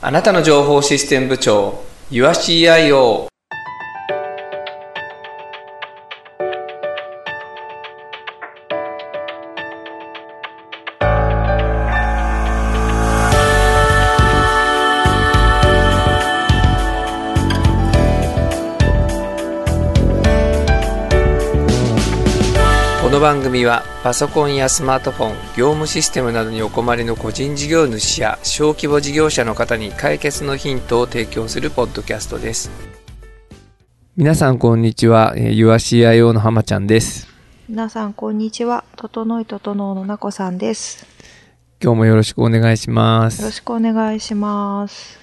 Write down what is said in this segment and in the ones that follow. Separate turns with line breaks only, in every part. あなたの情報システム部長 YourCIO この番組はパソコンやスマートフォン業務システムなどにお困りの個人事業主や小規模事業者の方に解決のヒントを提供するポッドキャストです皆さんこんにちは YourCIO の浜ちゃんです
皆さん、こんにちは。整い整うのなこさんです。
今日もよろしくお願いしま
よろ
す
しくお願いします。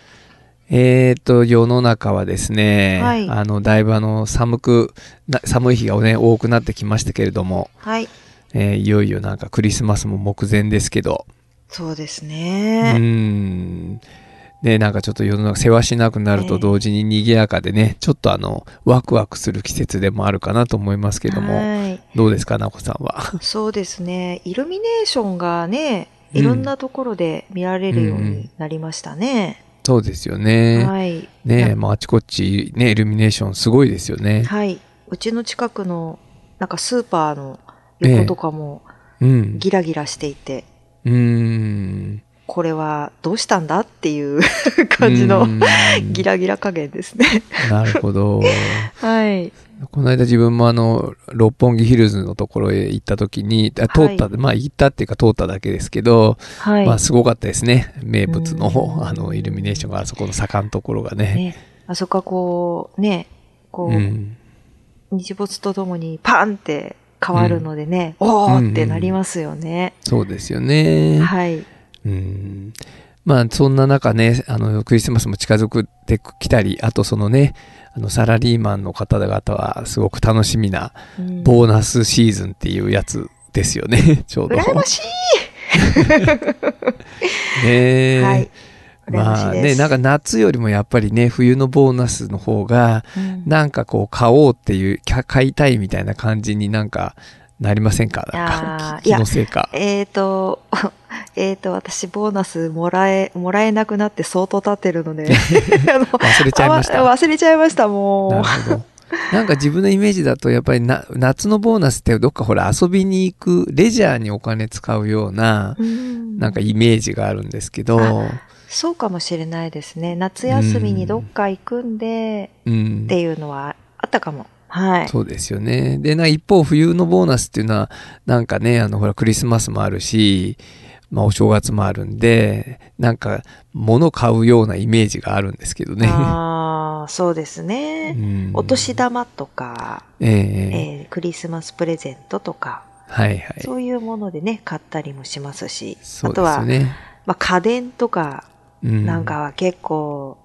えーと世の中はですね、
はい
あのだいぶあの寒くな寒い日がね多くなってきましたけれども、
はい。
えーいよいよなんかクリスマスも目前ですけど
そうです
う
ね。
ん。ね、なんかちょっと世の中せわしなくなると同時に賑やかでね、ちょっとあの、ワクワクする季節でもあるかなと思いますけども、
はい。
どうですか、なこさんは。
そうですね。イルミネーションがね、
うん
いろんなところで見られるようになりましたね。
そうですよね。
はい。
ね
な
まあ、あちこちね、イルミネーションすごいですよね。
はい。うちの近くの、なんかスーパーの横とかも
うん。
ギラギラしていて、
うん。
これはどうしたんだっていう 感じの
うん
ギラギラ加減ですね。
なるほど。
はい。
この間自分もあの、六本木ヒルズのところへ行った時に、あ通った、
は
まあ行ったっていうか通っただけですけど、
はい。
まあすごかったですね。名物の
うん
あのイルミネーションがあそこの坂のところがね。
ね、あそこはこう、ね、こう、
うん、
日没とともにパンって変わるのでね、おーってなりますよね。
そうですよね。
はい。
うん。まあそんな中ね、あのクリスマスも近づくてきたり、あとそのね、あのサラリーマンの方々はすごく楽しみな
うん
ボーナスシーズンっていうやつですよね、 ちょうど。
羨ましい、
ね
はい。羨まし
ま
い
あ
で
ね、
す。
なんか夏よりもやっぱりね、冬のボーナスの方が、
うん
なんかこう買おうっていう、きゃ買いたいみたいな感じになんかなりませんかなんか
あー
き気のせいか。
えっ、と、 えっ、と、私、ボーナスもらえ、もらえなくなって相当経ってるので、あ の
忘れちゃいました。
あ
な
わ忘れちゃいました、も
るほ
う。
ど。なんか自分のイメージだとやっぱりな夏のボーナスってどっかほら遊びに行くレジャーにお金使うような
うん
なんかイメージがあるんですけど、
そうかもしれないですね。夏休みにどっか行くんで、
うん
っ、ていうのはあったかも。はい。
そうですよね。で、な一方、冬のボーナスっていうのは、なんかね、あの、ほら、クリスマスもあるし、まあ、お正月もあるんで、なんか、物買うようなイメージがあるんですけどね。
ああ、そうです ね。
うん
お年。玉とか、
ええええ
えークリスマスプレゼントとか、
はいはい。
そういうものでね、買ったりもしますし、
そ
あ
うで
と
す
は、
よね。
まあ、家電とか
うん
なんかは結構、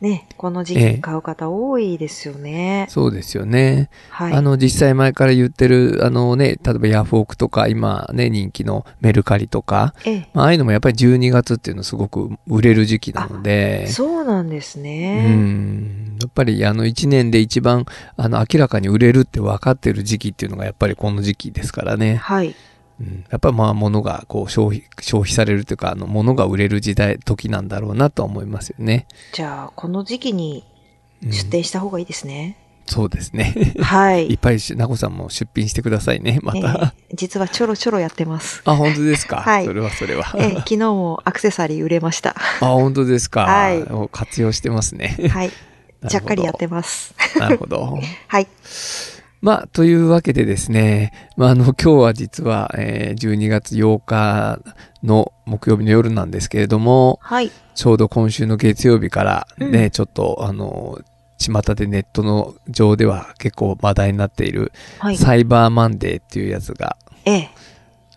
ね、この時期に買う方多いですよね。
そうですよね。
はい。
あの、実際前から言ってる、あのね、例えばヤフオクとか、今ね、人気のメルカリとか、
え
まあ、ああいうのもやっぱり12月っていうのすごく売れる時期なの
え、
で。
そうなんです
う
ね。
んやっぱりあの1年で一番あの明らかに売れるって分かってる時期っていうのがやっぱりこの時期ですからね。
はい。
うん、やっぱりまあ物がこう消費消費されるというかあの物が売れる時代、時なんだろうなとは思いますよね。
じゃあ、この時期に
うん
出店した方がいいですね。
そうですね。
はい。
いっぱいし、なこさんも出品してくださいね、また。
ええ実はちょろちょろやってます。
あ、本当ですか、
はい
それはそ れは。
ええ、昨日もアクセサリー売れ ました。
あ、本当ですか、
はい
お活用してますね。
はい。ちゃっかりやって
ま
ます。
す。なるほど。
はい。
まあ、というわけでですね、まあ、あの、今日は実は、えー12月8日の木曜日の夜なんですけれども、
はい。
ちょうど今週の月曜日からね、
う
ちょっと、あの、巷でネットの上では結構話題になっている、
はい。
サイバーマンデーっていうやつが
ええ。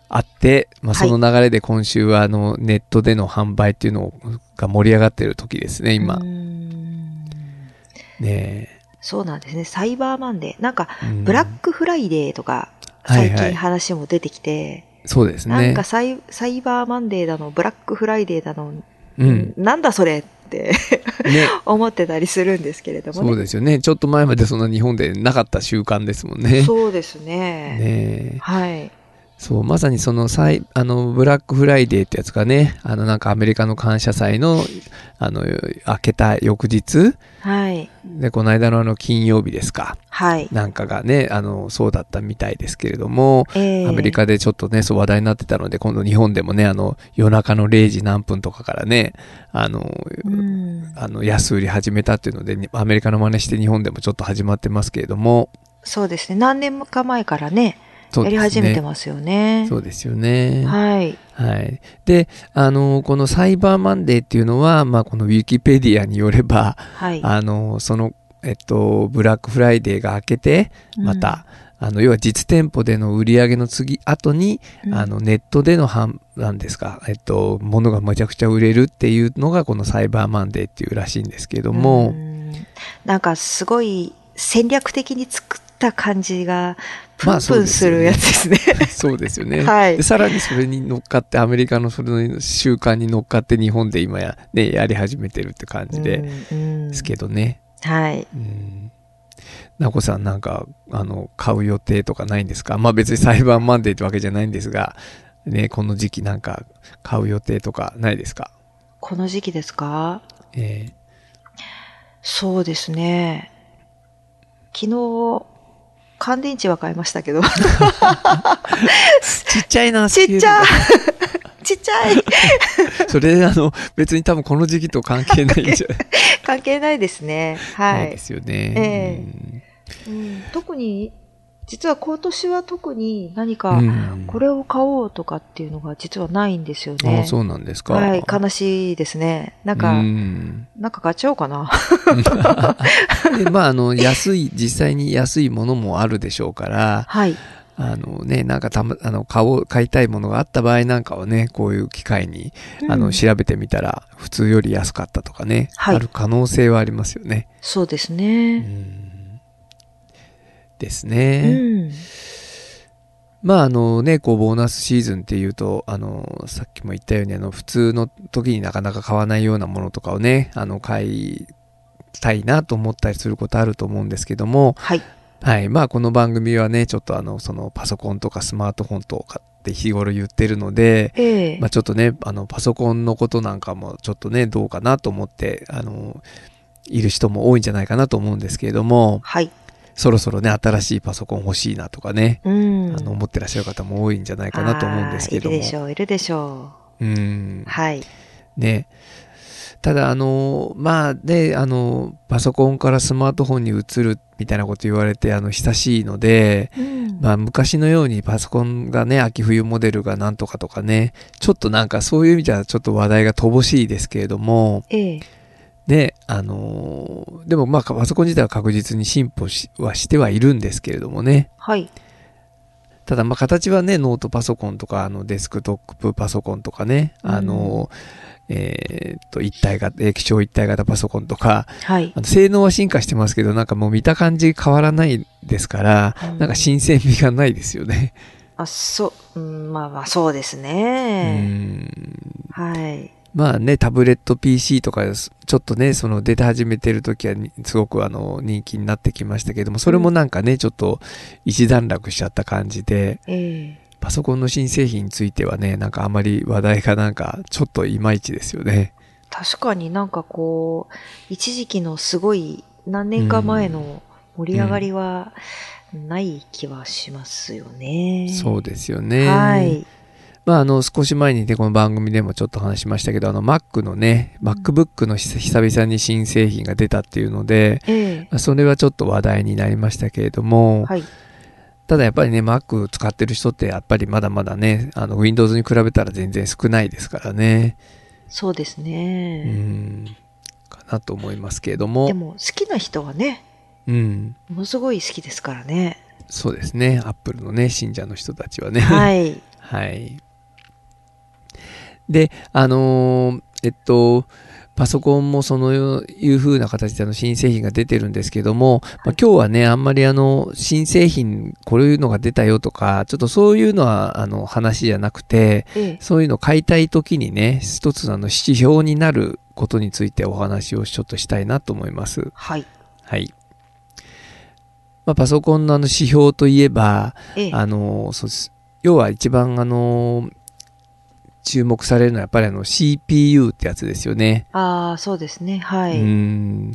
あって、まあ、
はい
その流れで今週は、あの、ネットでの販売っていうのが盛り上がっている時ですね、今
う。ーん
ね
そうなんですね。サイバーマンデー。なんか、
えうん
ブラックフライデーとか、
はい
最
はい
近話も出てきて、
そうですね。
なんかサイサイバーマンデーだの、ブラックフライデーだの、
うん。
なんだそれって
ね。
思ってたりするんですけれどもね。
そうですよね。ちょっと前までそんな日本でなかった習慣ですもんね。
そうですね。
ねえ
はい。
そう、まさにその最、あの、ブラックフライデーってやつがね、あの、なんかアメリカの感謝祭の、あの、明けた翌日、
はい。
で、この間のあの、金曜日ですか、
はい。
なんかがね、あの、そうだったみたいですけれども、
えー、
アメリカでちょっとね、そう話題になってたので、今度日本でもね、あの、夜中の0時何分とかからね、あの、
うん。
あの、安売り始めたっていうので、にアメリカの真似して日本でもちょっと始まってますけれども、
そうですね。何年か前からね、
そう
や
ですね
り始めてますよね。
そうですよね。
はい。
はい。で、あの、このサイバーマンデーっていうのは、まあ、このウィキペディアによれば、
はい。
あの、その、えっと、ブラックフライデーが明けて、また、あの、要は実店舗での売り上げの次、後に、
うん
あの、ネットでの販、なんですか、えっと、物がめちゃくちゃ売れるっていうのが、このサイバーマンデーっていうらしいんですけれども、
うんなんかすごい戦略的に作った感じがプ
まあ
ン
そうで
プン
す
す
よね
るやつですね。
そうですよね。
はい
で、さらにそれに乗っかって、アメリカのそれの習慣に乗っかって、日本で今や、ね、やり始めてるって感じ で
うんうん
すけどね。
はい。
うん。なこさんなんか、あの、買う予定とかないんですかまあ別にサイバーマンデーってわけじゃないんですが、ね、この時期なんか、買う予定とかないですか
この時期ですか
ええ
そうですね。昨日、乾電池は買いましたけど。
ちっちゃいな、
ちっちゃいちっちゃい
それ、あの、別に多分この時期と関係ないんじゃ
関係ないですね。は
ない
い
で。すよね。
えうん特に、実は今年は特に何
うん
か、
うん
これを買おうとかっていうのが実はないんですよね。
あそうなんですか。
はい、悲しいですね。なんか、
うん
なんか買っちゃおうかな。
で、まあ、あの、安い、実際に安いものもあるでしょうから、
はい。
あのね、なんかたま、あの、買おう、買いたいものがあった場合なんかはね、こういう機会に、あ
う
の、
ん
調べてみたら、普通より安かったとかね、
はい
ある可能性はありますよね。
そうです
う
ね。
んです
う
ね。
ん。
まあ、あのね、こう、ボーナスシーズンっていうと、あの、さっきも言ったように、あの、普通の時になかなか買わないようなものとかをね、あの、買いたいなと思ったりすることあると思うんですけども、
はい。
はい。まあ、この番組はね、ちょっとあの、そのパソコンとかスマートフォンとかって日頃言ってるので、
ええ
まあ、ちょっとね、あの、パソコンのことなんかもちょっとね、どうかなと思って、あの、いる人も多いんじゃないかなと思うんですけれども、
はい。
そろそろね、新しいパソコン欲しいなとかね、
うん。
あの、思ってらっしゃる方も多いんじゃないかなと思うんですけど
あー
も。
いるでしょう、いるでしょ
うん
う。。はい。
ね。ただ、あの、まあ、で、あの、パソコンからスマートフォンに移るみたいなこと言われて、あの、親しいので、
うん
まあ昔のようにパソコンがね、秋冬モデルがなんとかとかね、ちょっとなんかそういう意味じゃちょっと話題が乏しいですけれども、
ええ
ね、あのーでもまあパソコン自体は確実に進歩しはしてはいるんですけれどもね、
はい。
ただまあ形はね、ノートパソコンとか、あのデスクトップパソコンとかね、あのーえーっと、一体型、液晶一体型パソコンとか、
はい
あ。の性能は進化してますけど、なんかもう見た感じ変わらないですから、
うん
なんか新鮮味がないですよね。
あ、そう、うん、まあまあ、そうです
う
ね。
ん
はい。
まあね、タブレット PC とか、ちょっとね、その出て始めてる時はに、すごくあの、人気になってきましたけども、それもなんかね、ちょっと一段落しちゃった感じで、
ええ
パソコンの新製品についてはね、なんかあまり話題がなんか、ちょっといまいちですよね。
確かになんかこう、一時期のすごい、何年か前の盛り上がりは、ない気はしますよね。
そうですよね。
はい。
まあ、あの、少し前にね、この番組でもちょっと話しましたけど、あの、Mac のね、MacBook の久久々に新製品が出たっていうので、
ええ
まあそれはちょっと話題になりましたけれども、
はい。
ただやっぱりね、Mac 使ってる人ってやっぱりまだまだね、あの Windows に比べたら全然少ないですからね。
そうです
う
ね。
ん。かなと思いますけれども。
でも、好きな人はね、
うん。
ものすごい好きですからね。
そうですね。Apple のね、信者の人たちはね。。
はいい。
はい。で、あのーえっと、パソコンもそのいう風な形であの新製品が出てるんですけども、まあ、今日はね、あんまりあの、新製品、こういうのが出たよとか、ちょっとそういうのはあの話じゃなくて、
ええ
そういうのを買いたい時にね、一つあの指標になることについてお話をちょっとしたいなと思います。
はい。
はい。まあ、パソコンのあの指標といえば、
ええ
あの、そうです要は一番あのー注目されるのはやっぱりあの CPU ってやつですよね。
ああ、そうですね。は
う
い。
ん。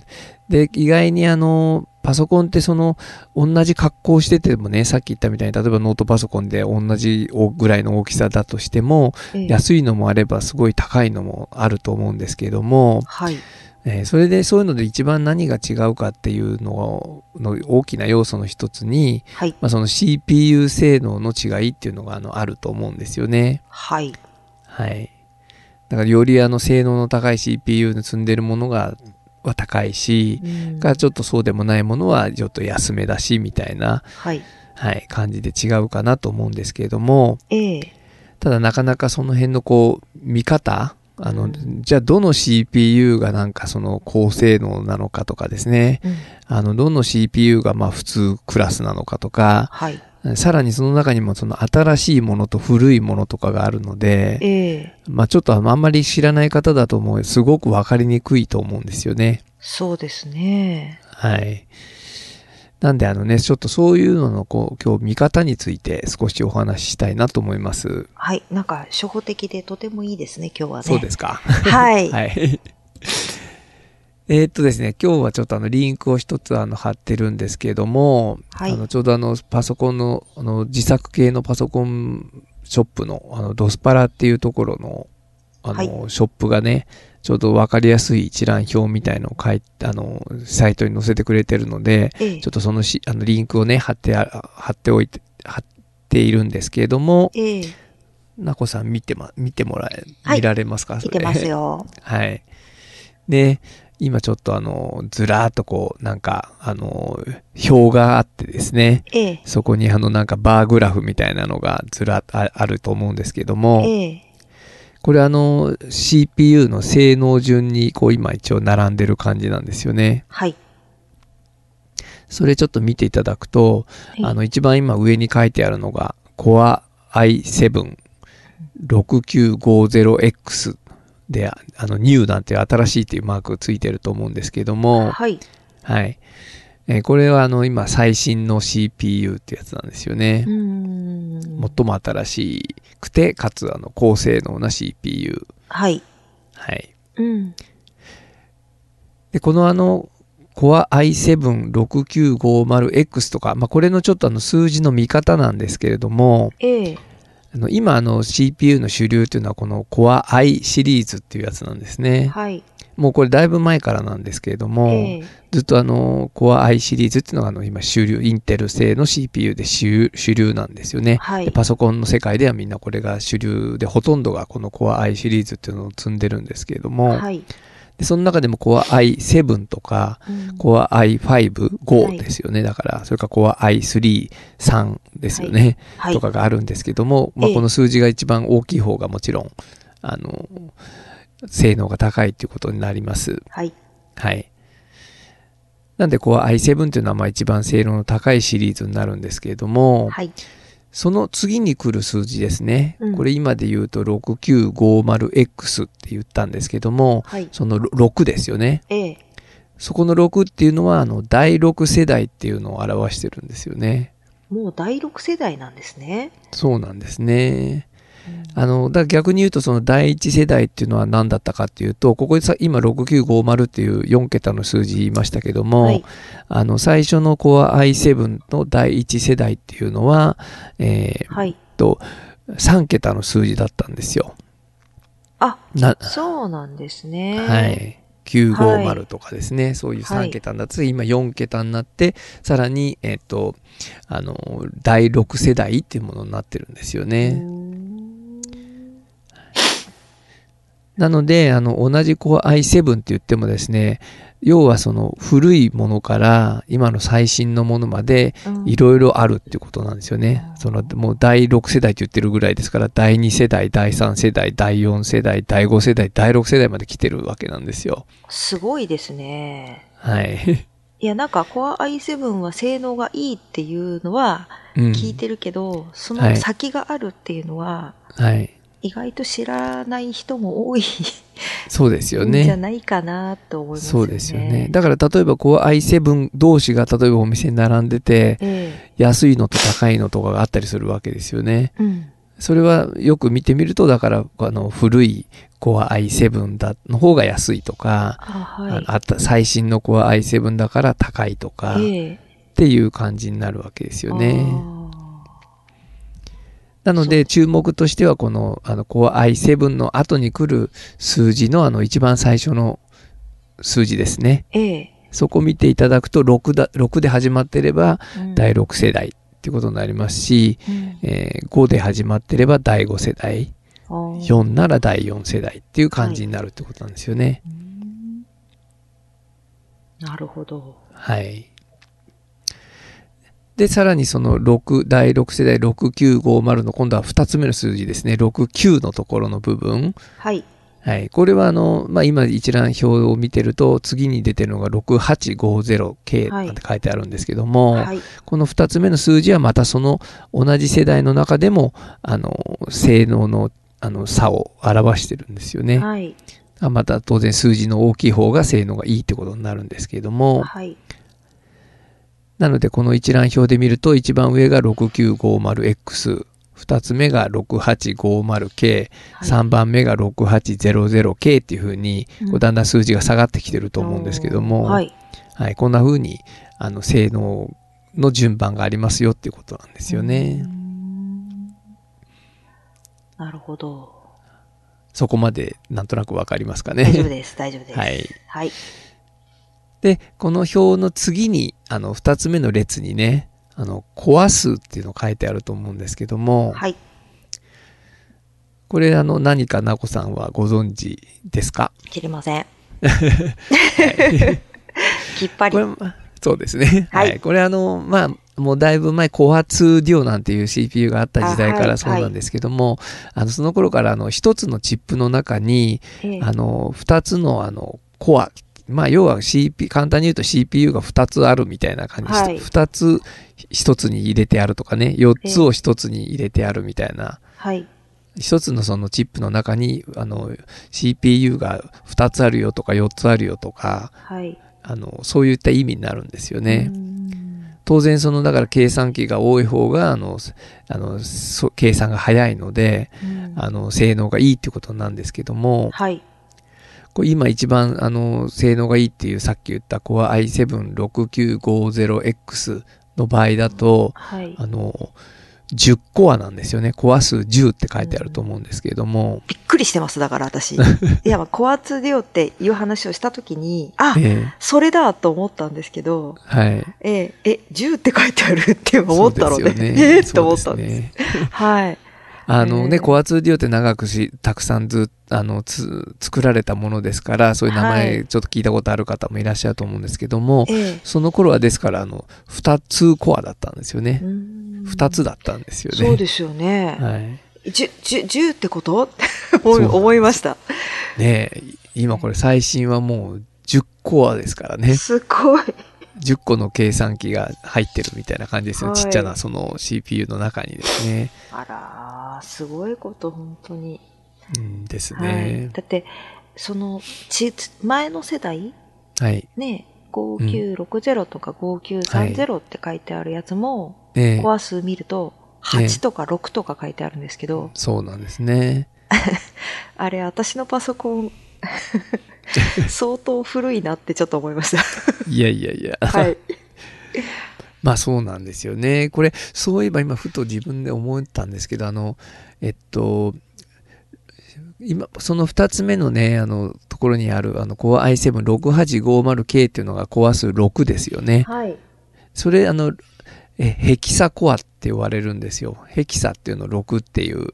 で、意外にあの、パソコンってその、同じ格好しててもね、さっき言ったみたいに、例えばノートパソコンで同じおぐらいの大きさだとしても、
ええ
安いのもあればすごい高いのもあると思うんですけども、
はい。
えーそれでそういうので一番何が違うかっていうのの大きな要素の一つに、
はい。
まあ、その CPU 性能の違いっていうのがあのあると思うんですよね。
はい。
はい。だからよりあの性能の高い CPU に積んでるものが、は高いし、
うん
がちょっとそうでもないものはちょっと安めだしみたいな、
はい。
はい、感じで違うかなと思うんですけれども
ええ
ただなかなかその辺のこう見方あ
う
の
ん
じゃあどの CPU がなんかその高性能なのかとかですね
うん
あのどの CPU がまあ普通クラスなのかとか
はい。
さらにその中にもその新しいものと古いものとかがあるので、
ええ
まあ、ちょっとあんまり知らない方だともうすごくわかりにくいと思うんですよね。
そうですね。
はい。なんであのね、ちょっとそういうのの、こう、今日見方について少しお話ししたいなと思います。
はい。なんか、初歩的でとてもいいですね、今日はね。。
そうですすか。
はい。
はい。 えーっとですね、今日はちょっとあの、リンクを一つあの、貼ってるんですけども、
はい
あの、ちょうどあの、パソコンの、あの、自作系のパソコンショップの、あの、ドスパラっていうところの、あの、
はい
ショップがね、ちょうどわかりやすい一覧表みたいのを書いて、あの、サイトに載せてくれてるので、
ええ
ちょっとそのし、あの、リンクをね、貼ってあ、貼っておいて、貼っているんですけれども、
ええ
なこさん見てま、見てもらえ、
はい
見られますか、
見てます
よ。
よ。
はい。で、今ちょっとあの、ずらーっとこう、なんか、あの、表があってですね、
ええ
そこにあの、なんかバーグラフみたいなのがずらっとああると思うんですけども、
ええ
これあの、CPU の性能順に、こう今一応並んでる感じなんですよね。
はい。
それちょっと見ていただくと、
い
あの一番今上に書いてあるのが Core i7-6950X で、ああの New なんていう新しいっていうマークついてると思うんですけども、
はい。
はい。えーこれはあの今最新の CPU ってやつなんですよね
う。ーん。
最も新しくて、かつあの高性能な CPU。
はい。
はい。
うん。
で、このあの、Core i7-6950X とか、まあ、これのちょっとあの数字の見方なんですけれども、
ええ
あの今あの CPU の主流というのはこの Core i シリーズっていうやつなんですね。
はい。
もうこれだいぶ前からなんですけれども、
ええ
ずっとあの Core i シリーズっていうのがあの今主流、インテル製の CPU で主主流なんですよね、
はい
でパソコンの世界ではみんなこれが主流でほとんどがこの Core i シリーズっていうのを積んでるんですけれども、
はい。
でその中でも Core i7 とか、
うん。
Core i5、
は
5
い
ですよね。だから、それから Core i3、3ですよね。
はい
と。かがあるんですけども、ま
え
あ、
え
この数字が一番大きい方がもちろん、あの、性能が高いということになります。
はい。
はい。なんで、こう i7 というのはまあ一番性能の高いシリーズになるんですけれども、
はい。
その次に来る数字ですね。
うん
これ今で言うと 6950X って言ったんですけども、
はい。
その6ですよね。
ええ
そこの6っていうのは、あの、第6世代っていうのを表してるんですよね。
もう第六世代なんですね。
そうなんですね。
うん
あの、だ逆に言うとその第一世代っていうのは何だったかっていうと、ここでさ、今6950っていう4桁の数字言いましたけども、
はい。
あの、最初の Core i7 の第一世代っていうのは、えー
はい。
っと、3桁の数字だったんですよ。
あ、
な、
そうなんですね。
はい。950とかですね、そういう3桁になって、今4桁になって、さらに、えっと、あの、第6世代っていうものになってるんですよね。
うーん
なので、あの、同じ Core i7 って言ってもですね、要はその古いものから今の最新のものまで
うん
いろいろあるっていうことなんですよね。そのもう第6世代って言ってるぐらいですから、第2世代、第3世代、第4世代、第5世代、第6世代まで来てるわけなんですよ。
すごいですね。
はい。
いや、なんか Core i7 は性能がいいっていうのは
うん
聞いてるけど、そ
は
の
い
先があるっていうのは、
はい。
意外と知らない人も多い
そうですよ
んじ
ね。
ゃないかなと思いますよね。
そうですよね。。だから例えばこう i7 同士が例えばお店に並んでて、
え
安いのと高いのとかがあったりするわけですよね。
えうん。
それはよく見てみると、だから、あの、古い Core i7 だ、の方が安いとか、
あ、
あ
はい
の。あった最新の Core i7 だから高いとか、っ
え
ていう感じになるわけです
え
よね。
あ
なので、注目としては、この、あの、Core i7 の後に来る数字の、あの、一番最初の数字ですね。
ーええ
そこ見ていただくと、6だ、6で始まってれば、
うん
第6世代っていうことになりますし、
うん
えー5で始まってれば第5世代。
あー
4なら第4世代っていう感じになるってことなんですよね。
うんなるほど。
はい。で、さらにその6、第6世代6950の今度は2つ目の数字ですね。69のところの部分。
はい。
はい。これはあの、まあ、今一覧表を見てると、次に出てるのが 6850K
はい
なんて書いてあるんですけども、
はい。
この2つ目の数字はまたその同じ世代の中でも、あの、性能のあの差を表してるんですよね。
はい。
あまた当然数字の大きい方が性能がいいってことになるんですけれども、
はい。
なのでこの一覧表で見ると一番上が 6950X、二つ目が 6850K、
はい
三番目が 6800K っていう風に
うん
こうだんだん数字が下がってきてると思うんですけども、
はい。
はいこんな風にあの性能の順番がありますよっていうことなんですよね。
うんなるほど。
そこまでなんとなくわかりますか ね。
大丈夫です。大丈夫です。
はい。
はい。
で、この表の次に、あの、二つ目の列にね、あの、コア数っていうの書いてあると思うんですけども、
はい。
これ、あの、何かなこさんはご存知ですか
知り ません。きっぱり
こ。れ、そうですね。
はい
これ、あの、まあ、もうだいぶ前、コア2デュオなんていう CPU があった時代か
あは
ら
い
そうなんですけども、あの、その頃から、あの、一つのチップの中に、
ええ
あの、二つの、あの、コア、まあ、要は CP、簡単に言うと CPU が二つあるみたいな感じで、
はい
二つ一つに入れてあるとかね、四つを一つに入れてあるみたいな、
はい。
一つのそのチップの中に、あの、CPU が二つあるよとか四つあるよとか、
はい。
あの、そういった意味になるんですよね。
うん
当然その、だから計算機が多い方が、あの、あの、そ計算が早いので、
うん
あの、性能がいいってことなんですけども、
はい。
これ今一番あの性能がいいっていうさっき言った Core i7-6950X の場合だと、
はい。
あの10コアなんですよね。コア数10って書いてあると思うんですけれども、
びっくりしてます、だから 私。いや、まあコアツデオっていう話をしたときに、あ、
ええ
それだと思ったんですけど、
はい。
ええ、え、10って書いてあるって思ったの
そう
で、
すよ
ええって思ったんです。
そうね
はい。
あのね、
えー
コア 2D って長くし、たくさんず、あの、つ、作られたものですから、そういう名
は
前
い
ちょっと聞いたことある方もいらっしゃると思うんですけども、
ええ。
その頃はですから、あの、2つコアだったんですよね。2
2
つだったんですよね。
そうですよね。
はい。
10、10 10ってこと
そうな
思い
んです
思いました。
ねえ、今これ最新はもう10コアですからね。
すごい。
10個の計算機が入ってるみたいな感じですよ。
はい
ちっちゃなその CPU の中にですね。
あらー、すごいこと、本当に。
うんです
はい。
ね。
だって、その、ち、前の世代
はい。
ね、5960とか5930って書いてあるやつも、
ねえ
コア数見ると、
ええ
8とか6とか書いてあるんですけど、
そうなんですね。
あれ、私のパソコン、 相当古いなってちょっと思いました。
いやいやいや。
はい。
まあそうなんですよね。これ、そういえば今ふと自分で思ったんですけど、あの、えっと、今、その2つ目のね、あの、ところにある、あの、Core i7-6850K っていうのがコア数6ですよね。
はい。
それ、あの、えヘキサコアって言われるんですよ。ヘキサっていうの6っていう、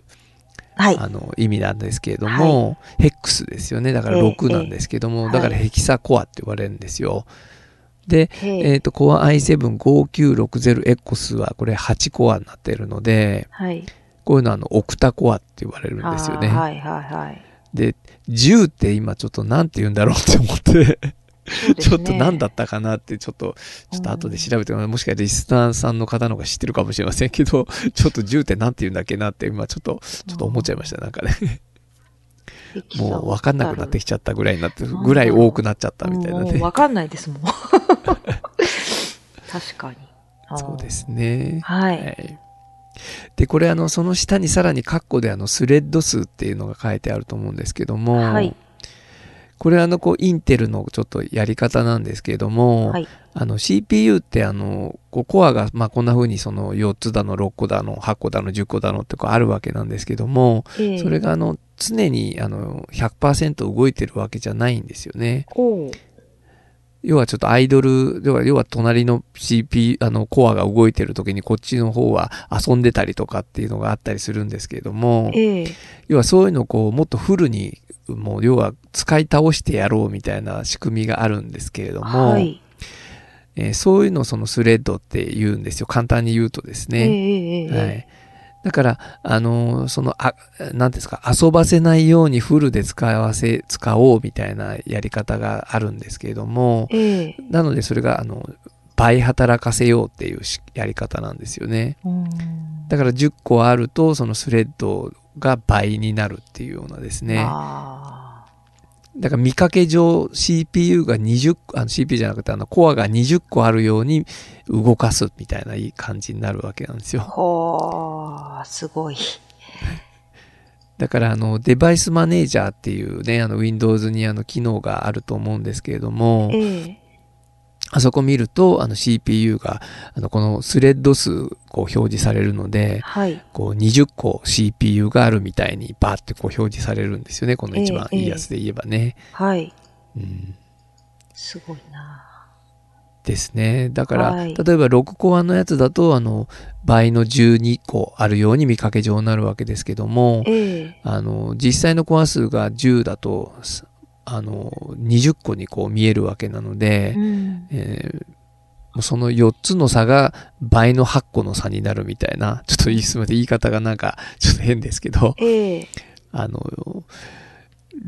はい。
あの意味なんですけれども、ヘックスですよね。だから6なんですけども、
ええ
だからヘキサコアって言われるんですよ。で、
へえ
えっ、と、コア i7-5960X はこれ8コアになってるので、
はい。
こういうのはあの、オクタコアって言われるんですよね。
あーはいはいはい。
で、10って今ちょっとなんて言うんだろうって思って、
そうです
ちょ
ね
っと何だったかなって、ちょっと、ちょっと後で調べてもらうもしかしたらリスナーさんの方の方が知ってるかもしれませんけど、 ちょっと10点なんて言うんだっけなって、今ちょっと、ちょっと思っちゃいました、なんかね。もう分かんなくなってきちゃったぐらいになって、ぐらい多くなっちゃったみたいな
もう
ね。
わかんな いですもん。確かに。あー
そうで。すね。
はい
いで、これ、あの、その下にさらにカッコで、あの、スレッド数っていうのが書いてあると思うんですけども、
はい
これ、あの、こう、インテルのちょっとやり方なんですけれども、
はい。
あの、CPU って、あの、こう、コアが、まあ、こんな風に、その、4つだの、6個だの、8個だの、10個だのって、こう、あるわけなんですけども、
ええ
それが、あの、常に、あの、100%動いてるわけじゃないんですよね。
おう
要はちょっとアイドル、要は要は隣の CP、あの、コアが動いてる時にこっちの方は遊んでたりとかっていうのがあったりするんですけれども、
ええ
要はそういうのをこう、もっとフルに、もう要は使い倒してやろうみたいな仕組みがあるんですけれども、
はい。
えーそういうのをそのスレッドって言うんですよ。簡単に言うとです
ええ
ね。
ええええ
はい。だから、あのーその、あ、なんていうんですか、遊ばせないようにフルで使わせ、使おうみたいなやり方があるんですけれども、
ええ
なのでそれがあの倍働かせようっていうしやり方なんですよね。
うん
だから10個あるとそのスレッドが倍になるっていうようなですね。
あ
だから見かけ上 CPU が20あの CPU じゃなくてあのコアが20個あるように動かすみたいないい感じになるわけなんです
ー
よ。
ほー、すごい。
だからあのデバイスマネージャーっていうねあの Windows にあの機能があると思うんですけれども、
ええ
あそこ見るとあの CPU があのこのスレッド数こう表示されるので、
はい。
こう20個 CPU があるみたいにバーってこう表示されるんですよね。この一番
ええ
いいやつで言えばね。
はい。
うん、
すごいな。
ですね。だから、
はい
例えば6コアのやつだと、あの、倍の12個あるように見かけ上になるわけですけども、
ええ
あの、実際のコア数が10だと、すあの、20個にこう見えるわけなので
う、ん。
えーもうその4つの差が倍の8個の差になるみたいな、ちょっと言いすみません。言い方がなんか、ちょっと変ですけど、
ええ
あの、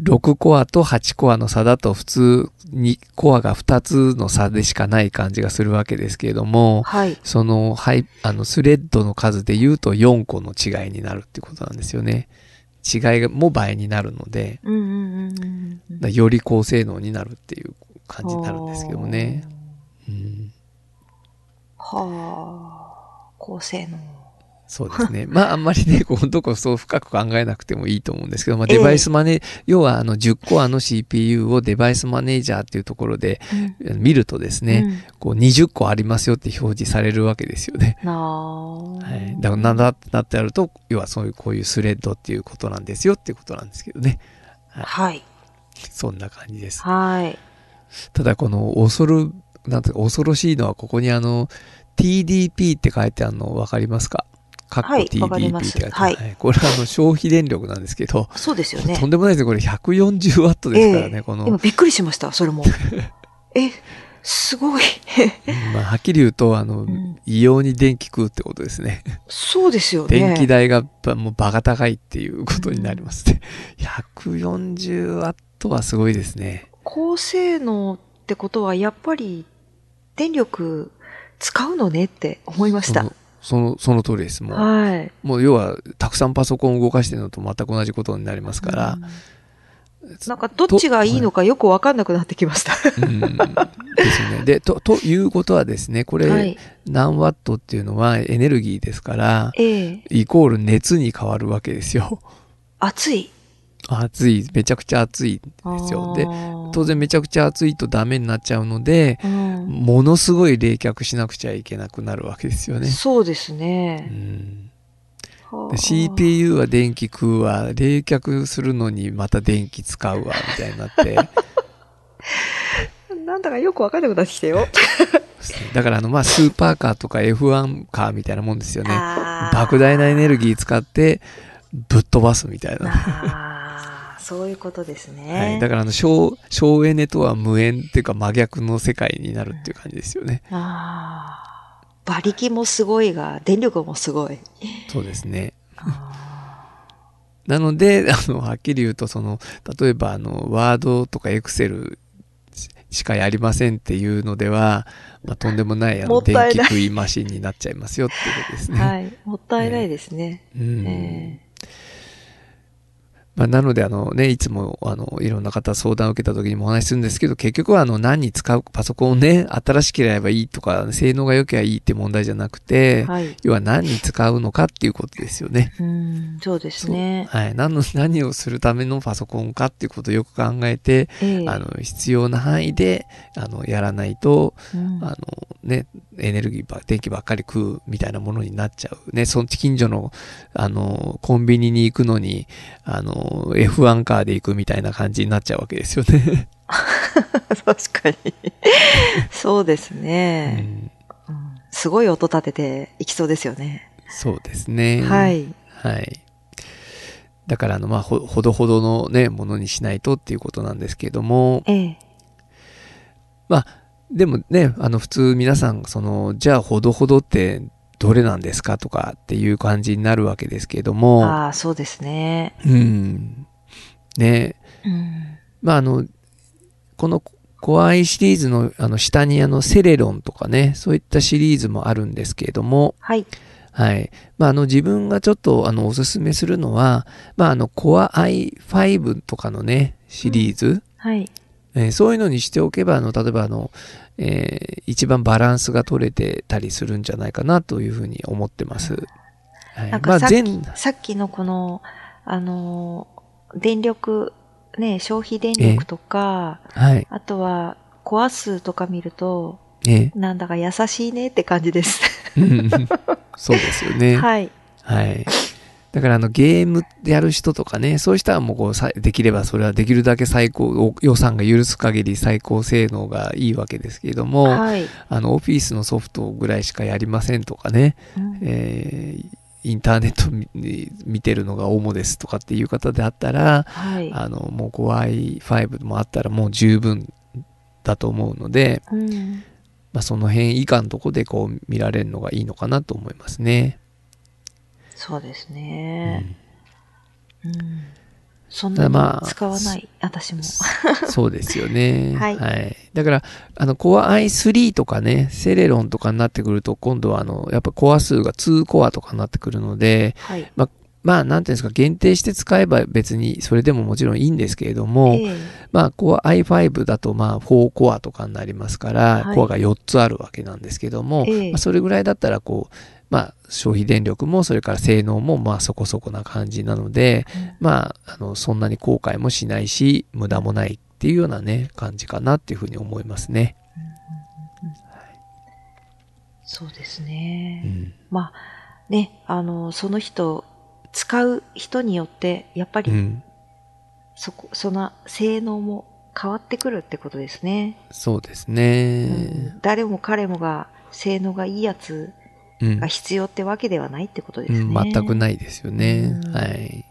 6コアと8コアの差だと普通にコアが2つの差でしかない感じがするわけですけれども、
はい。
その、はい、あの、スレッドの数で言うと4個の違いになるってことなんですよね。違いがも倍になるので、
うんうんうんうんうん。
だより高性能になるっていう感じになるんですけどもね。うん、
はあ、高性能。
そうです ね。まあ、あんまりね、こうどこそう深く考えなくてもいいと思うんですけど、まあ、
ええ
デバイスマネ、要はあの10コアの CPU をデバイスマネージャーっていうところで
うん
えー見るとですね、こう20個ありますよって表示されるわけですよね。
うん、なあ、
はい、だからなんだってなってやると、要はそういうこういうスレッドっていうことなんですよっていうことなんですけどね。
はい。
そんな感じです。
はい。
ただこの恐る、なんていうか恐ろしいのはここにあの TDP って書いてあるの分かりますかかっこ
はい
TDP
わかりま
って書
す
いてある、
はい
これあの消費電力なんですけど、
そうですよね
と。んでもないですね。これ140ワットですからね、
ええ
この
今。びっくりしました、それも。 え、すごい。
まあ、はっきり言うと、あの、
ん
異様に電気食うってことですね。
そうですよね。
電気代がばもうバカ高いっていうことになります ね。140ワットはすごいですね。
高性能ってことは、やっぱり、電力使うのねって思いまし
そ
た
の。その、その通りです。もう、
はい。
もう要は、たくさんパソコンを動かしてるのと全く同じことになりますから
うん、なんか、どっちがいいのかよくわかんなくなってきました。
うん、ですよね。で、と、ということはですね、これ、
はい。
何ワットっていうのはエネルギーですから、
ええ
イコール熱に変わるわけですよ。
暑い。
暑い、めちゃくちゃ暑いんですよ。で、当然めちゃくちゃ暑いとダメになっちゃうので、
うん、
ものすごい冷却しなくちゃいけなくなるわけですよね。
そうです
う
ね。
ん、
は
で
あ
CPU は電気食うわ、冷却するのにまた電気使うわ、みたいにな って。
なんだかよくわかんなくなってき たよ。
だからあの、まあ、スーパーカーとか F1 カーみたいなもんですよね。
あー
莫大なエネルギー使ってぶっ飛ばすみたいな。
あーそういうことです
は
ね。
い、だからあの省省エネとは無縁っていうか真逆の世界になるっていう感じですよね。
ああ。馬力もすごいが、電力もすごい。
そうですね。
あ
なの で、あの、はっきり言うと、その、例えば、あの、ワードとかエクセル、しかやりませんっていうのでは、まあ、とんでもないあ
も
の
った
電
いない
気食いマシンになっちゃいますよっていうことですね。
はい。もったいないですね。
うん
え
まあ、なのであの、ね、いつもあのいろんな方相談を受けた時にもお話しするんですけど結局はあの何に使うパソコンをね新しければいいとか性能が良ければいいって問題じゃなくて、
えはい。
要は何に使うのかっていうことですよね。
うん、そうですね。
そうはい、何の 何をするためのパソコンかっていうことをよく考えて、
ええ
あの必要な範囲であのやらないと、
うん
あのね、エネルギーば電気ばっかり食うみたいなものになっちゃう、ね、その近所のあのコンビニに行くのにあの F1 カーで行くみたいな感じになっちゃうわけですよね。
確かに。そうです
う
ね、
ん、
うんすごい音立てていきそうですよね。
そうですね。
はい。
はい。だからあの、まあ、ほほどほどの、ね、ものにしないとっていうことなんですけれども、
ええ。
まあ、でもね、あの、普通皆さん、その、じゃあ、ほどほどってどれなんですかとかっていう感じになるわけですけれども、
ああ、そうですね。
うん。ね、
うん。
まあ、あの、この、コアイシリーズのあの下にあのセレロンとかね、そういったシリーズもあるんですけれども、
はい。
はい。まあ、あの、自分がちょっと、あの、おすすめするのは、まあ、あの、Core i5 とかのね、シリーズ、
はい。
えーそういうのにしておけば、あの、例えば、あの、えー一番バランスが取れてたりするんじゃないかなというふうに思ってます。はい。
なんかさっき、
まあ、
さっきのこの、あのー、電力、ね、消費電力とか、
全、はい。
あとは、コア数とか見ると、
え
なんだか優しいねって感じです。
ーうんそうですよね。
はい。
はい。だからあのゲームやる人とかね、そういう人はもうこうさできればそれはできるだけ最高、お予算が許す限り最高性能がいいわけですけれども、
はい。
あの、オフィスのソフトぐらいしかやりませんとかね、
うん
えーインターネットみ見てるのが主ですとかっていう方であったら、
はい。
あの、もう Core i5 もあったらもう十分だと思うので、
うん。
まあ、その辺以下のとこでこう見られるのがいいのかなと思いますね。
そうです
う
ね。
ん
うん。そん
ただ
な
まあ
に使わない、私も。
そうですよね。
はい
だから、あの、コア i3 とかね、セレロンとかになってくると、今度は、あの、やっぱコア数が2コアとかになってくるので、
はい。
まあ、なんていうんですか、限定して使えば別に、それでももちろんいいんですけれど
え
も、
え
まあ、コア i5 だと、まあ、4コアとかになりますから、
はい
コアが4つあるわけなんですけども、
ええ
まあ、それぐらいだったら、こう、まあ、消費電力も、それから性能も、まあ、そこそこな感じなので、
うん
まあ、あの、そんなに後悔もしないし、無駄もないっていうようなね、感じかなっていうふうに思いますね。
そうです
う
ね。
ん。
まあ、ね、あの、その人、使う人によって、やっぱ
う
り、
ん。
そこ、その性能も変わってくるってことですね。
そうです
う
ね。
ん誰も彼もが性能がいいやつ
うん。
が必要ってわけではないってことです
う
ね。
ん全くないですよね
う。ん
はい。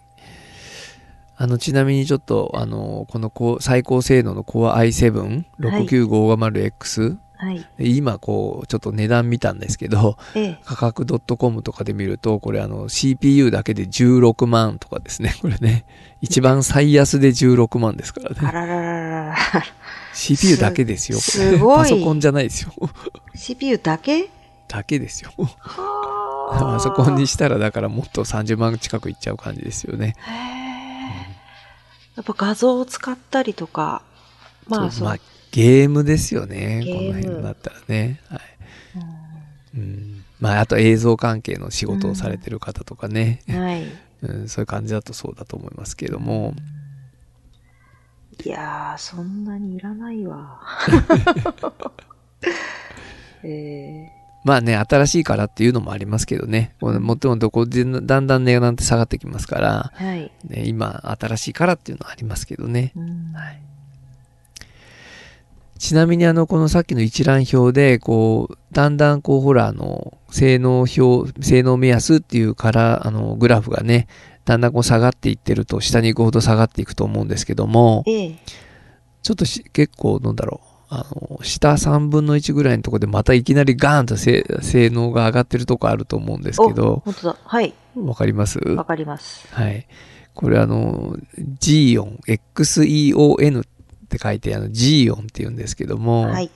あの、ちなみにちょっと、あの、このこう最高性能の Core i7、69550X、
はい。
で今、こう、ちょっと値段見たんですけど、
ええ。
価格 .com とかで見ると、これあの CPU だけで16万とかですね。 これね。一番最安で16万ですから
あ
ね。
ららららら。
CPU だけですよ。
す
これ
すごい
パソコンじゃないですよ。
CPU だけ
だけですよ。
は
パソコンにしたらだからもっと30万近くいっちゃう感じですよね。
へえ。やっぱ画像を使ったりとか、まあ
そう
そう。
まあゲームですよね。
ゲー
こ
ム
の辺になったらね。はい。
う
うん。まああと映像関係の仕事をされてる方とかね。
んはい。
うん、そういう感じだとそうだと思いますけれども。
いやー、そんなにいらな いわ。ええ
まあね、新しいからっていうのもありますけどね。これもっともどこで、だんだん値段って下がってきますから、
はい。
ね、今、新しいからっていうのはありますけどね。
うん
はいちなみにあの、このさっきの一覧表で、こう、だんだんこう、ほら、あの、性能表、性能目安っていうから、あの、グラフがね、だんだんこう下がっていってると、下に行くほど下がっていくと思うんですけども、
ええ。
ちょっとし結構、なんだろう。あの、下3分の1ぐらいのところでまたいきなりガーンと性性能が上がってるとこあると思うんですけど、
本当だ。はい。
わかります
わかります。
はい。これあの、Geon、XEON って書いて、あの、ジーオンって言うんですけども、
はい。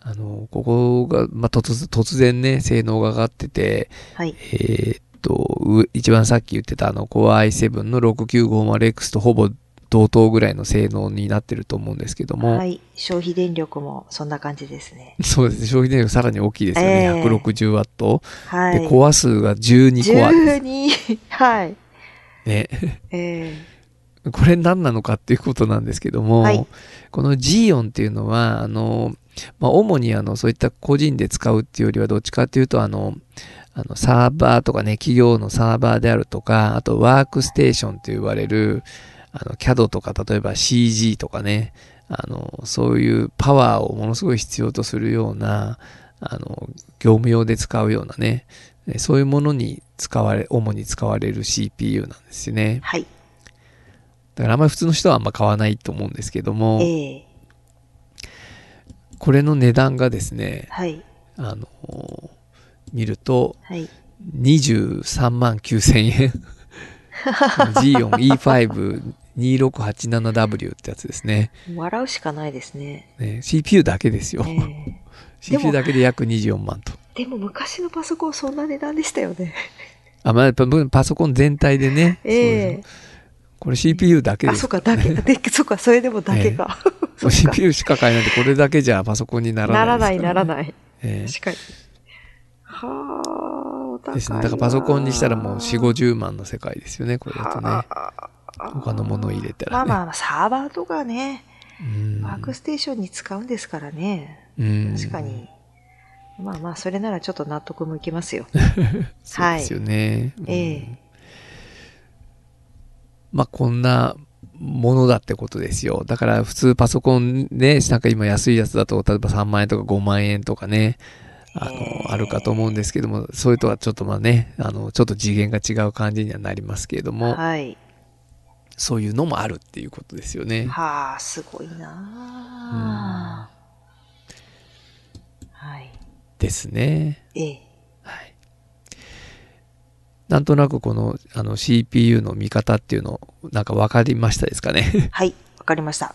あの、ここが、まあ、突然、突然ね、性能が上がってて、
はい。
えーっと、う一番さっき言ってたあの、Core i7 の 6950X とほぼ同等ぐらいの性能になってると思うんですけども、
はい。消費電力もそんな感じですね。
そうですね、消費電力さらに大きいですよね、
ええ
160W。
は
で、
い。
コア数が12コアです
12。はい。
ね。
え
これ何なのかっていうことなんですけども、
はい
このジーオンっていうのは、あの、まあ、主にあの、そういった個人で使うっていうよりは、どっちかっていうと、あの、あの、サーバーとかね、企業のサーバーであるとか、あとワークステーションと言われる、あの、CAD とか、例えば CG とかね、あの、そういうパワーをものすごい必要とするような、あの、業務用で使うようなね、えそういうものに使われ、主に使われる CPU なんですよね。
ー、はい。
だからあんまり普通の人はあんま買わないと思うんですけども、
ええ
これの値段がですね、
はい。
あの、見ると
はい。
23万9000円。G4E52687W ってやつですね
笑うしかないですね。
ね CPU だけですよ。
え え
CPU だけで約24万と。
でも昔のパソコンそんな値段でした よね。
あ、まあ、やっぱパソコン全体でね。そう
え
ですこれ CPU だけ
え
で
あ、
す
そうか、だ け。で、そうか、それでもだけか。
そう
そっか
CPU しか買えないんで、これだけじゃパソコンにならない
ならない、なら
い。
ない。
ええ
確かに。はあ、お高いわ
ですね。だからパソコンにしたらもう4、50万の世界ですよね、これだとね。他のものを入れた
ま
ら
あ
ね。
まあ、サーバーとかね、
うん
ワークステーションに使うんですからね。
うん
確かに。まあまあ、それならちょっと納得もいきますよ。
そうですよね。うん
ええ
まあこんなものだってことですよ。だから普通パソコンね、なんか今安いやつだと、例えば3万円とか5万円とかね、あ
え
の、
え
あるかと思うんですけども、それとはちょっとまあね、あの、ちょっと次元が違う感じにはなりますけれども、
はい。
そういうのもあるっていうことですよね。
はあ、すごいなあはい。
ですね。
ええ。
はい。なんとなくこのあの CPU の見方っていうの、なんか分かりましたですかね。
はい、わかりました。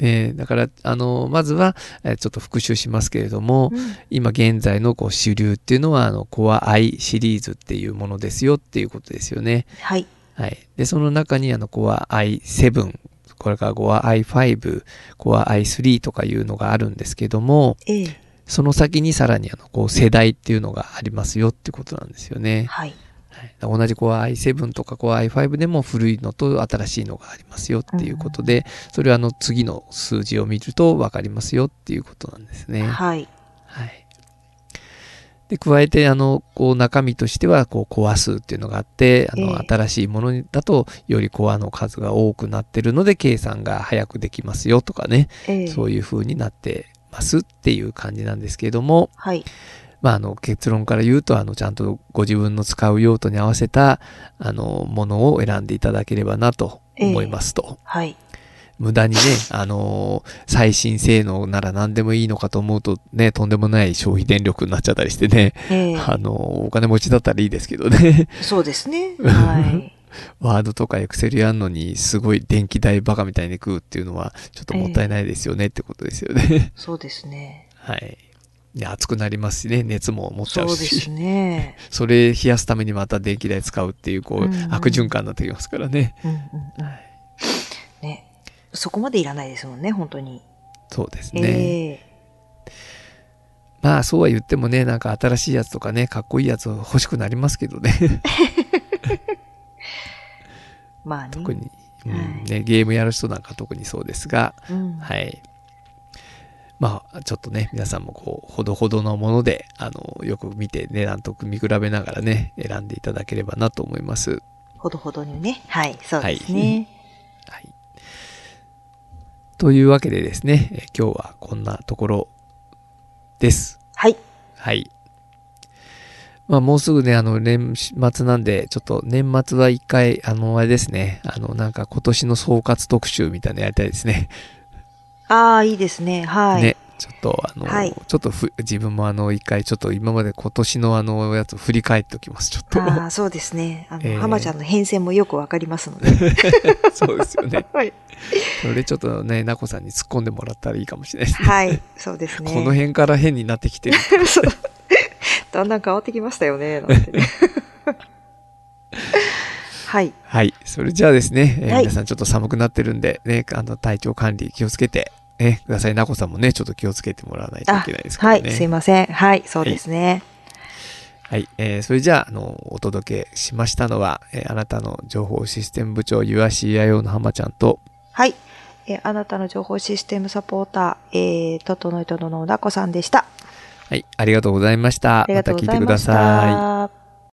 えーだから、あの、まずは、えーちょっと復習しますけれども、今現在のこう主流っていうのは、あの、Core i シリーズっていうものですよっていうことですよね。
はい。
はい。で、その中にあの Core i7、これから Core i5、Core i3 とかいうのがあるんですけども、
ええ。
その先にさらにあの、こう世代っていうのがありますよってことなんですよね。
はい。
はい、同じ Core i7 とか Core i5 でも古いのと新しいのがありますよっていうことで、それはあの次の数字を見ると分かりますよっていうことなんですね。
はい。
はい、で加えてあのこう中身としてはこうコア数っていうのがあってあの
ええ
新しいものだとよりコアの数が多くなってるので計算が早くできますよとかね、
ええ。
そういう風になってますっていう感じなんですけれども、
はい。
まあ、あの結論から言うとあのちゃんとご自分の使う用途に合わせたあのものを選んでいただければなと思いますと、
はい。
無駄にねあの最新性能なら何でもいいのかと思うとねとんでもない消費電力になっちゃったりしてね、
ええ。
あのお金持ちだったらいいですけどね
そうですね。はい。
ワードとかエクセルやんのにすごい電気代バカみたいに食うっていうのはちょっともったいないですよねってことですよね、
そうですね。
はいで暑くなりますしね熱も持っち
そ
ゃ
う
う
で
し
すね。
それ冷やすためにまた電気代使うっていう、こう、
うんうん
悪循環になってきますからね。
うんうんうん。ね。そこまでいらないですもんね、本当に。
そうですね。
ええ。
まあ、そうは言ってもね、なんか新しいやつとかね、かっこいいやつ欲しくなりますけど ね。
まあね。
特に、う
は
ん
い
ね。ゲームやる人なんか特にそうですが、
うん。
はい。まあ、ちょっとね、皆さんもこう、ほどほどのもので、あの、よく見て、値段と見比べながらね、選んでいただければなと思います。
ほどほどにね。はい。そうですね。
はい。というわけでですね、え今日はこんなところです。
はい。
はい。まあもうすぐね、あの、年末なんで、ちょっと年末は一回、あの、あれですね、あの、なんか今年の総括特集みたいなのやりたいですね。
ああ、いいですね。はい。
ね。ちょっとあの、
はい
ちょっとふ自分もあの一回ちょっと今まで今年のあのやつを振り返っておきますちょっと
ああ、そうですね。あの、
えー
浜ちゃんの変遷もよくわかりますの で。
そうですよね
はい。
それちょっとねなこさんに突っ込んでもらったらいいかもしれないですね
はい、そうですね。
この辺から変になってきてる
そうだんだん変わってきましたよね、なん てねはい。
はいそれじゃあですね、えー
はい
皆さんちょっと寒くなってるんでねあの体調管理気をつけてねくださいなこさんもねちょっと気をつけてもらわないとい
あ
けないです、か
は
らね
い、すいません。はい、そうですね。
はい、えーそれじゃあ、あの、お届けしましたのは、えーあなたの情報システム部長、ユア CIO の浜ちゃんと、
はい。えーあなたの情報システムサポーター、えー、ととのいとののなこさんでした。
はい、ありがとうございました。
ありがとうござ
また聞い
い
てくだ
まし
さ
た。
い。
い。